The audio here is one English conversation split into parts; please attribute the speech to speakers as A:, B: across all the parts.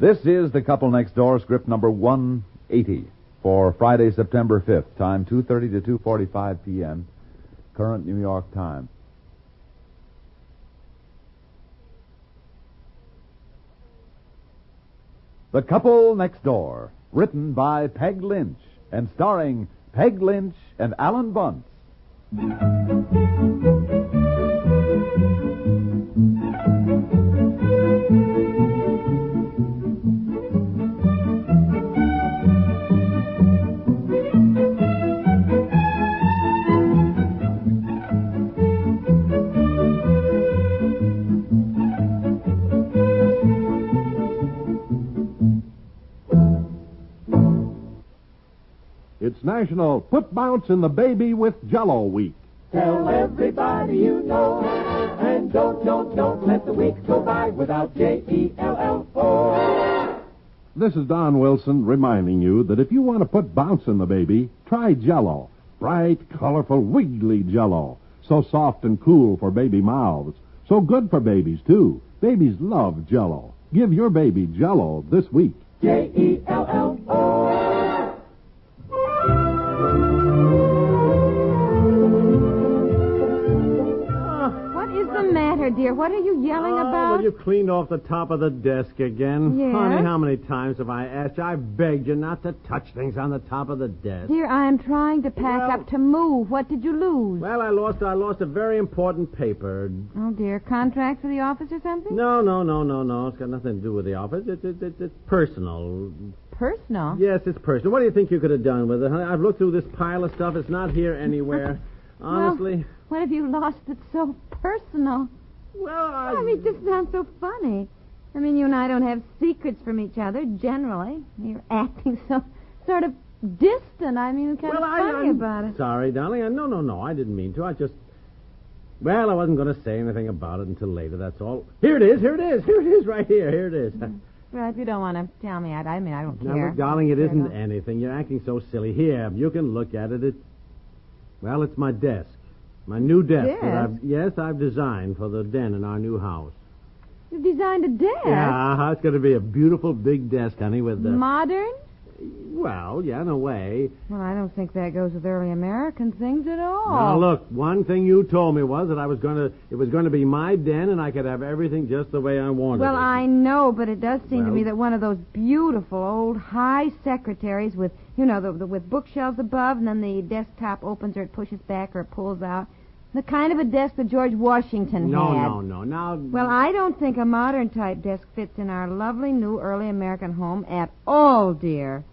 A: This is The Couple Next Door, script number 180 for Friday, September 5th, time 2.30 to 2.45 p.m., current New York time. The Couple Next Door, written by Peg Lynch and starring Peg Lynch and Alan Bunce.
B: It's National Put Bounce in the Baby with Jello Week.
C: Tell everybody you know. And don't, don't, don't let the week go by without J E L L O.
B: This is Don Wilson reminding you that if you want to put bounce in the baby, try Jello. Bright, colorful, wiggly Jello. So soft and cool for baby mouths. So good for babies too. Babies love Jello. Give your baby Jello this week.
C: J E L L O.
D: What is the matter, dear? What are you yelling
E: Oh,
D: about?
E: Well, you cleaned off the top of the desk again.
D: Yeah?
E: Honey, how many times have I asked you? I begged you not to touch things on the top of the desk.
D: Dear, I am trying to pack
E: Well-
D: up to move. What did you lose?
E: Well, I lost I lost a very important paper.
D: oh, dear. Contract for the office or something?
E: No, no, no, no, no. It's got nothing to do with the office. It, it, it, it's personal.
D: Personal?
E: Yes, it's personal. What do you think you could have done with it, honey? I've looked through this pile of stuff. It's not here anywhere. Honestly.
D: What have you lost that's so personal?
E: Well, I...
D: I mean, it just sounds so funny. I mean, you and I don't have secrets from each other, generally. You're acting so sort of distant. I mean, kind
E: well,
D: of
E: I,
D: funny
E: I'm
D: about it.
E: Sorry, darling. I, no, no, no. I didn't mean to. I just. Well, I wasn't going to say anything about it until later. That's all. Here it is. Here it is. Here it is. Right here. Here it is.
D: Well, if you don't want to tell me, I, I mean, I don't
E: Now,
D: care.
E: look, darling, it
D: Fair
E: isn't
D: enough.
E: anything. You're acting so silly. Here, you can look at it. It's well, it's my desk, my new desk. that
D: Desk?
E: I've, yes, I've designed for the den in our new house.
D: You designed a desk.
E: Yeah, it's going to be a beautiful big desk, honey. With the
D: Modern?
E: well, yeah, in a way.
D: Well, I don't think that goes with early American things at all.
E: Now look, one thing you told me was that I was going to it was going to be my den and I could have everything just the way I wanted.
D: Well,
E: it.
D: I know, but it does seem to
E: Well-
D: me that one of those beautiful old high secretaries with, you know, the, the, with bookshelves above, and then the desktop opens or it pushes back or it pulls out. The kind of a desk that George Washington
E: No,
D: had.
E: no, no. Now
D: Well, I don't think a modern type desk fits in our lovely new early American home at all, dear.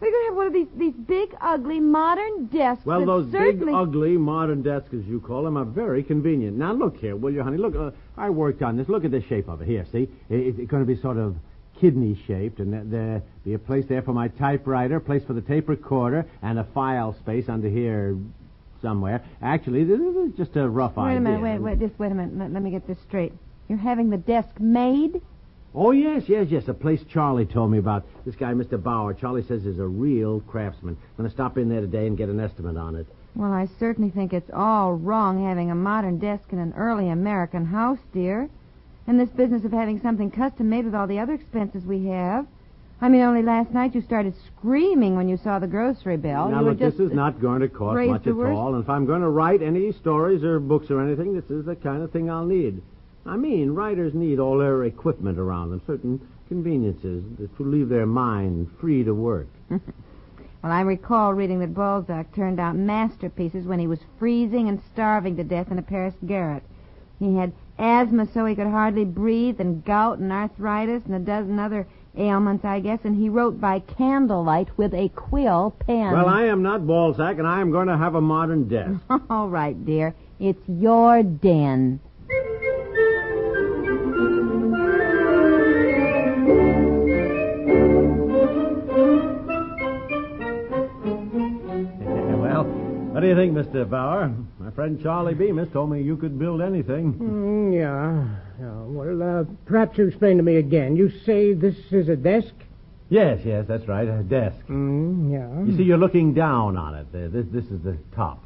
D: We're going to have one of these, these big, ugly modern desks.
E: Well,
D: that
E: those big,
D: certainly...
E: ugly modern desks, as you call them, are very convenient. Now, look here, will you, honey? Look, uh, I worked on this. Look at the shape of it. Here, see? I- It's going to be sort of kidney shaped, and there, there be a place there for my typewriter, a place for the tape recorder, and a file space under here somewhere. Actually, this is just a rough
D: Wait
E: idea.
D: a minute, wait, wait, just wait a minute. Let, let me get this straight. You're having the desk made?
E: Oh, yes, yes, yes. A place Charlie told me about. This guy, Mr. Bauer, Charlie says is a real craftsman. I'm going to stop in there today and get an estimate on it.
D: Well, I certainly think it's all wrong having a modern desk in an early American house, dear. And this business of having something custom made with all the other expenses we have. I mean, only last night you started screaming when you saw the grocery bill. Oh,
E: now,
D: you were
E: look,
D: just,
E: this is not going to cost
D: raised
E: much
D: the
E: at
D: worst-
E: all, and if I'm going to write any stories or books or anything, this is the kind of thing I'll need. I mean, writers need all their equipment around them, certain conveniences that to leave their mind free to work.
D: Well, I recall reading that Balzac turned out masterpieces when he was freezing and starving to death in a Paris garret. He had asthma so he could hardly breathe, and gout and arthritis and a dozen other ailments, I guess, and he wrote by candlelight with a quill pen.
E: Well, I am not Balzac, and I am going to have a modern death.
D: All right, dear. It's your den.
E: well, what do you think, Mr. Bauer? My friend Charlie Bemis told me you could build anything.
F: Mm, yeah. yeah. Well, uh, perhaps you explain to me again. You say this is a desk?
E: Yes, yes, that's right, a desk.
F: Mm, yeah.
E: You see, you're looking down on it. Uh, This, this is the top.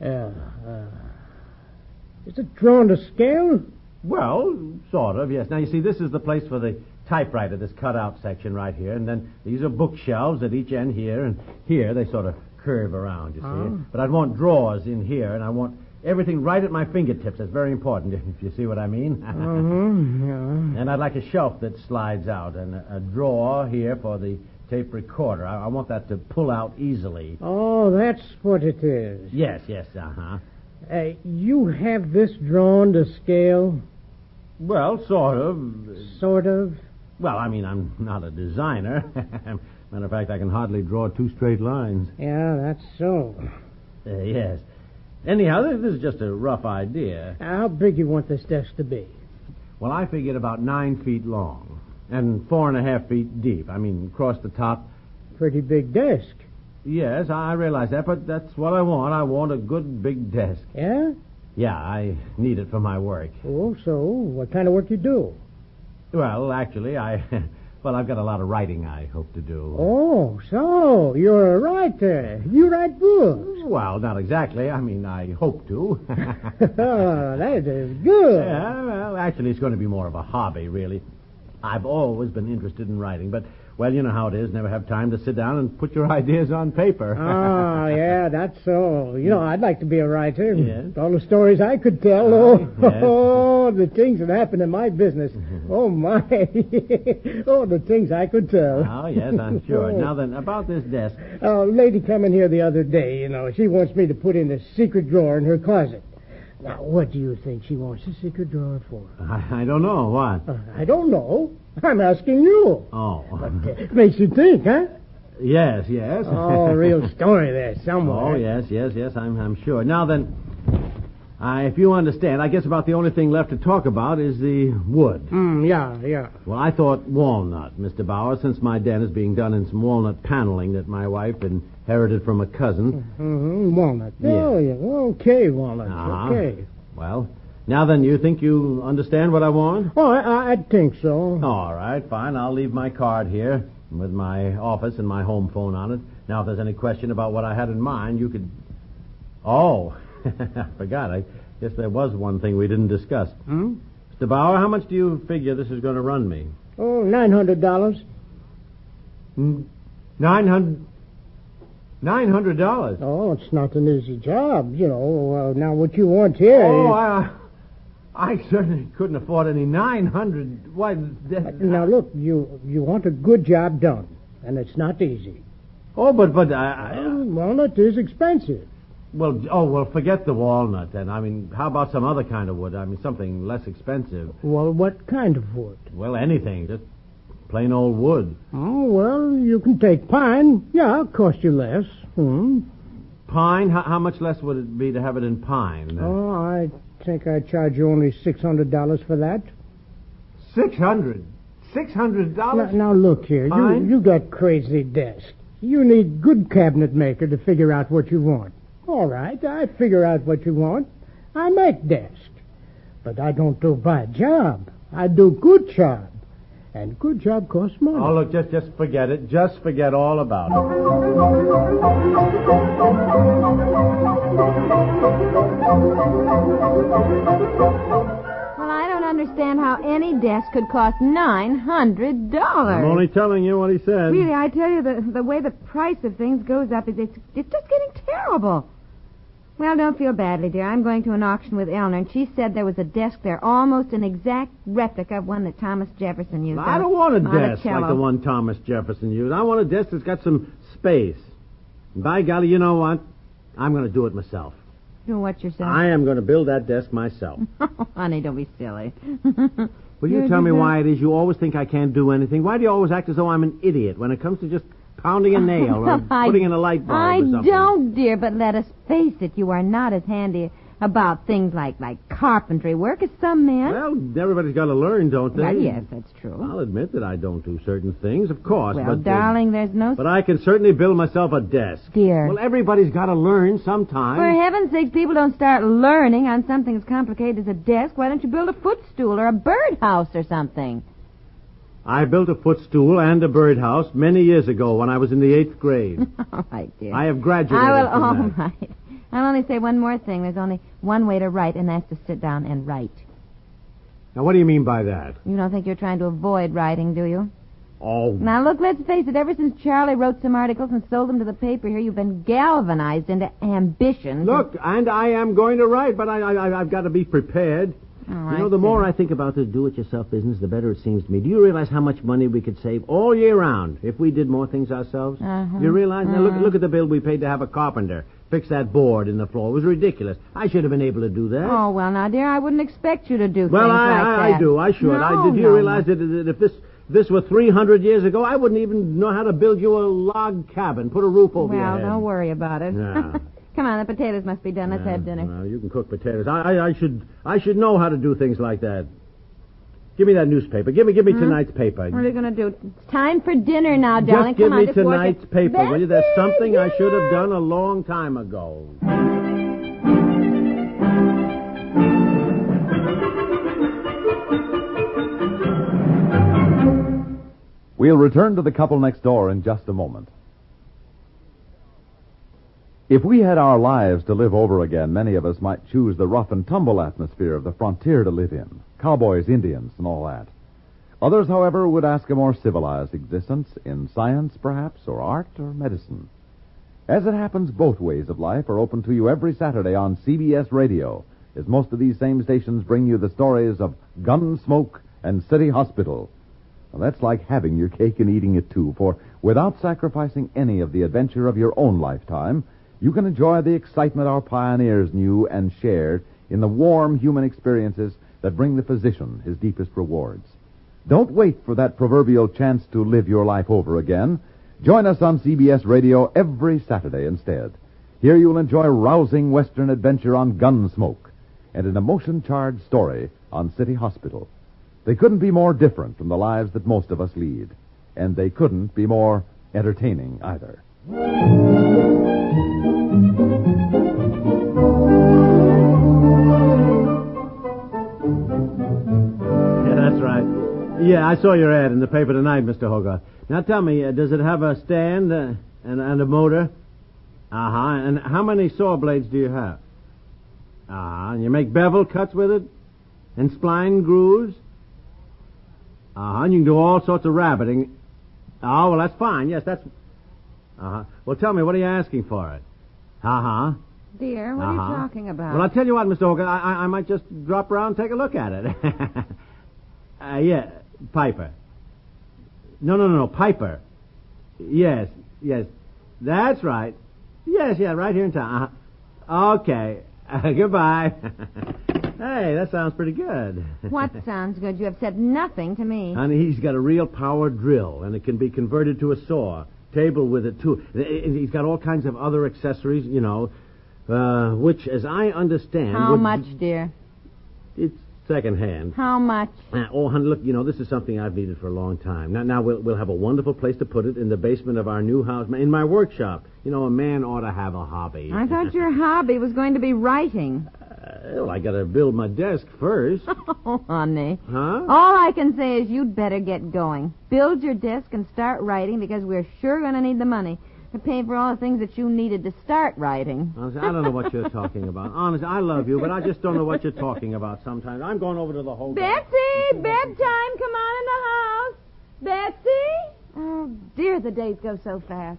F: Yeah, uh, is it drawn to scale?
E: Well, sort of, yes. Now, you see, this is the place for the typewriter, this cutout section right here, and then these are bookshelves at each end here, and here they sort of curve around, you see. But I want drawers in here, and I want everything right at my fingertips. That's very important, if you see what I mean.
F: Uh-huh. Mm,
E: and I'd like a shelf that slides out, and a, a drawer here for the tape recorder. I, I want that to pull out easily.
F: yeah. Oh, that's what it is.
E: Yes, yes, uh huh.
F: Uh, you have this drawn to scale,
E: Well, sort of.
F: sort of.
E: Well, I mean, I'm not a designer. Matter of fact, I can hardly draw two straight lines.
F: Yeah, that's so.
E: Uh, yes. Anyhow, this, this is just a rough idea.
F: How big you want this desk to be?
E: Well, I figured about nine feet long and four and a half feet deep. I mean, across the top.
F: Pretty big desk.
E: Yes, I I realize that, but that's what I want. I want a good big desk.
F: Yeah?
E: Yeah, I need it for my work.
F: Oh, so what kind of work you do?
E: Well, actually, I. Well, I've got a lot of writing I hope to do.
F: Oh, so you're a writer. You write books.
E: Well, not exactly. I mean, I hope to.
F: Oh, that is good.
E: Yeah, well, actually, it's going to be more of a hobby, really. I've always been interested in writing, but, well, you know how it is. Never have time to sit down and put your ideas on paper.
F: Ah, yeah, that's so. You know, I'd like to be a writer.
E: Yes. Ah,
F: All the stories I could tell. Oh,
E: yes. Mm-hmm.
F: oh, the things that happened in my business. Oh, my. oh, the things I could tell.
E: Oh, yes, I'm sure. Now then, about this desk.
F: A lady come in here the other day, you know. She wants me to put in a secret drawer in her closet. Now, what do you think she wants a secret drawer for?
E: I, I don't know. What?
F: I don't know. I'm asking you.
E: Oh.
F: Makes you think, huh?
E: yes, yes.
F: Oh, real story there somewhere.
E: Oh, yes, yes, yes, I'm, I'm sure. Now then, I, if you understand, I guess about the only thing left to talk about is the wood.
F: Mm, yeah, yeah.
E: Well, I thought walnut, Mr. Bauer, since my den is being done in some walnut paneling that my wife inherited from a cousin.
F: hmm walnut. Oh, yeah. Okay, walnut.
E: Uh-huh.
F: Okay.
E: Well, now then, you think you understand what I want?
F: Oh, I- I, I think so.
E: All right, fine. I'll leave my card here with my office and my home phone on it. Now, if there's any question about what I had in mind, you could. Oh, I forgot. I guess there was one thing we didn't discuss.
F: Hmm?
E: Mr. Bauer, how much do you figure this is going to run me?
F: Oh, nine hundred dollars.
E: Hmm? Nine hundred. Nine hundred dollars.
F: Oh, it's not an easy job, you know. Uh, now, what you want here?
E: Oh,
F: is-
E: I, I certainly couldn't afford any nine hundred. Why? That,
F: Now look, you you want a good job done, and it's not easy.
E: Oh, but but I, I,
F: Well, walnut is expensive.
E: well, oh well, forget the walnut then. I mean, how about some other kind of wood? I mean, something less expensive.
F: Well, what kind of wood?
E: Well, anything, just plain old wood.
F: Oh well, you can take pine. Yeah, it'll cost you less. Hmm.
E: Pine. How, how much less would it be to have it in pine?
F: Oh, I think I charge you only six hundred dollars for that.
E: Six hundred. Six hundred
F: Now,
E: dollars.
F: now look here. You,
E: Fine.
F: you got crazy desk. You need good cabinet maker to figure out what you want. All right, I figure out what you want. I make desk. But I don't do bad job. I do good job. And good job costs money.
E: Oh, look, just just forget it. Just forget all about it.
D: Well, I don't understand how any desk could cost nine hundred dollars.
E: I'm only telling you what he said.
D: Really, I tell you, the, the way the price of things goes up is it's, it's just getting terrible. Well, don't feel badly, dear. I'm going to an auction with Eleanor, and she said there was a desk there, almost an exact replica of one that Thomas Jefferson used.
E: I
D: on
E: don't want a desk
D: Monticello.
E: like the one Thomas Jefferson used. I want a desk that's got some space. And by golly, you know what? I'm going to do it myself.
D: Do what yourself.
E: I am going to build that desk myself.
D: Oh, honey, don't be silly.
E: Will you
D: Yes,
E: tell me
D: yes, yes.
E: why it is you always think I can't do anything? Why do you always act as though I'm an idiot when it comes to just pounding a nail or
D: I-
E: putting in a light bulb
D: I
E: or something?
D: don't, dear, but let us face it, you are not as handy about things like, like carpentry work as some men.
E: Well, everybody's got to learn, don't they?
D: Well, yes, that's true.
E: I'll admit that I don't do certain things, of course.
D: well,
E: but, uh,
D: darling, there's no...
E: but I can certainly build myself a desk.
D: Dear.
E: Well, everybody's got to learn sometime.
D: For heaven's sakes, people don't start learning on something as complicated as a desk. Why don't you build a footstool or a birdhouse or something?
E: I built a footstool and a birdhouse many years ago when I was in the eighth grade.
D: All right, dear.
E: I have graduated.
D: I will.
E: from
D: All
E: that.
D: right. I'll only say one more thing. There's only one way to write, and that's to sit down and write.
E: Now, what do you mean by that?
D: You don't think you're trying to avoid writing, do you?
E: Oh,
D: Now, look, let's face it. Ever since Charlie wrote some articles and sold them to the paper here, you've been galvanized into ambition.
E: look, and I am going to write, but I, I, I've got to be prepared.
D: All
E: you
D: right,
E: know, the
D: then.
E: more I think about this do-it-yourself business, the better it seems to me. Do you realize how much money we could save all year round if we did more things ourselves?
D: Uh-huh.
E: You realize? Now, look, look at the bill we paid to have a carpenter fix that board in the floor. It was ridiculous. I should have been able to do that.
D: Oh, well, now, dear, I wouldn't expect you to do
E: Well,
D: things
E: I,
D: like
E: I,
D: that.
E: I do. I should. I
D: No,
E: did. You
D: no,
E: realize that, that if this this were 300 years ago, I wouldn't even know how to build you a log cabin, put a roof over your
D: Well,
E: head.
D: don't worry about it.
E: No.
D: Come on, the potatoes must be done. Let's have dinner.
E: Well, you can cook potatoes. I, I, I should I should know how to do things like that. Give me that newspaper. Give me give me
D: Hmm?
E: tonight's paper.
D: What are you going to do? It's time for dinner now,
E: Just
D: darling.
E: give
D: Come on,
E: me
D: just watch it.
E: tonight's paper, will you? There's
D: Bessie,
E: something I should
D: dinner!
E: have done a long time ago.
A: We'll return to the couple next door in just a moment. If we had our lives to live over again, many of us might choose the rough and tumble atmosphere of the frontier to live in cowboys, Indians, and all that. Others, however, would ask a more civilized existence in science, perhaps, or art, or medicine. As it happens, both ways of life are open to you every Saturday on CBS Radio, as most of these same stations bring you the stories of Gunsmoke and City Hospital. Well, that's like having your cake and eating it too, for without sacrificing any of the adventure of your own lifetime, you can enjoy the excitement our pioneers knew and shared in the warm human experiences that bring the physician his deepest rewards. Don't wait for that proverbial chance to live your life over again. Join us on CBS Radio every Saturday instead. Here you'll enjoy rousing Western adventure on Gunsmoke and an emotion charged story on City Hospital. They couldn't be more different from the lives that most of us lead, and they couldn't be more entertaining either.
E: Yeah, that's right. Yeah, I saw your ad in the paper tonight, Mr. Hogarth. Now tell me, uh, does it have a stand uh, and, and a motor? Uh huh. And how many saw blades do you have? Ah, uh-huh. and you make bevel cuts with it, and spline grooves. Uh huh. And you can do all sorts of rabbiting. Oh well, that's fine. Yes, that's. Uh huh. Well, tell me, what are you asking for it? Uh huh.
D: Dear, what
E: Uh-huh.
D: are you talking about?
E: Well, I'll tell you what, Mr. Hogan, I, I, I might just drop around and take a look at it. uh, yeah, Piper. No, no, no, no, Piper. Yes, yes, that's right. Yes, yeah, right here in town. Uh-huh. Okay, uh, goodbye. hey, that sounds pretty good.
D: What sounds good? You have said nothing to me.
E: Honey, he's got a real power drill, and it can be converted to a saw. Table with it, too. I- I- He's got all kinds of other accessories, you know, uh, which, as I understand...
D: How
E: would-
D: much, dear?
E: It's secondhand.
D: How much?
E: Uh, oh, honey, look, you know, this is something I've needed for a long time. Now, now we'll, we'll have a wonderful place to put it in the basement of our new house, in my workshop. You know, a man ought to have a hobby.
D: I thought your hobby was going to be writing.
E: Well, I got to build my desk first.
D: Oh, honey.
E: huh?
D: All I can say is you'd better get going. Build your desk and start writing because we're sure going to need the money. to pay for all the things that you needed to start writing.
E: Honestly, I don't know what you're talking about. Honestly, I love you, but I just don't know what you're talking about sometimes. I'm going over to the whole
D: Betsy, bedtime, come on in the house. Betsy? Oh, dear, the days go so fast.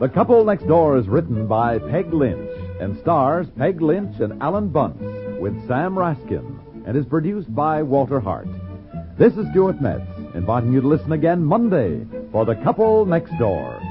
A: The Couple Next Door is written by Peg Lynch and stars Peg Lynch and Alan Bunce with Sam Raskin and is produced by Walter Hart. This is Stuart Metz inviting you to listen again Monday for The Couple Next Door.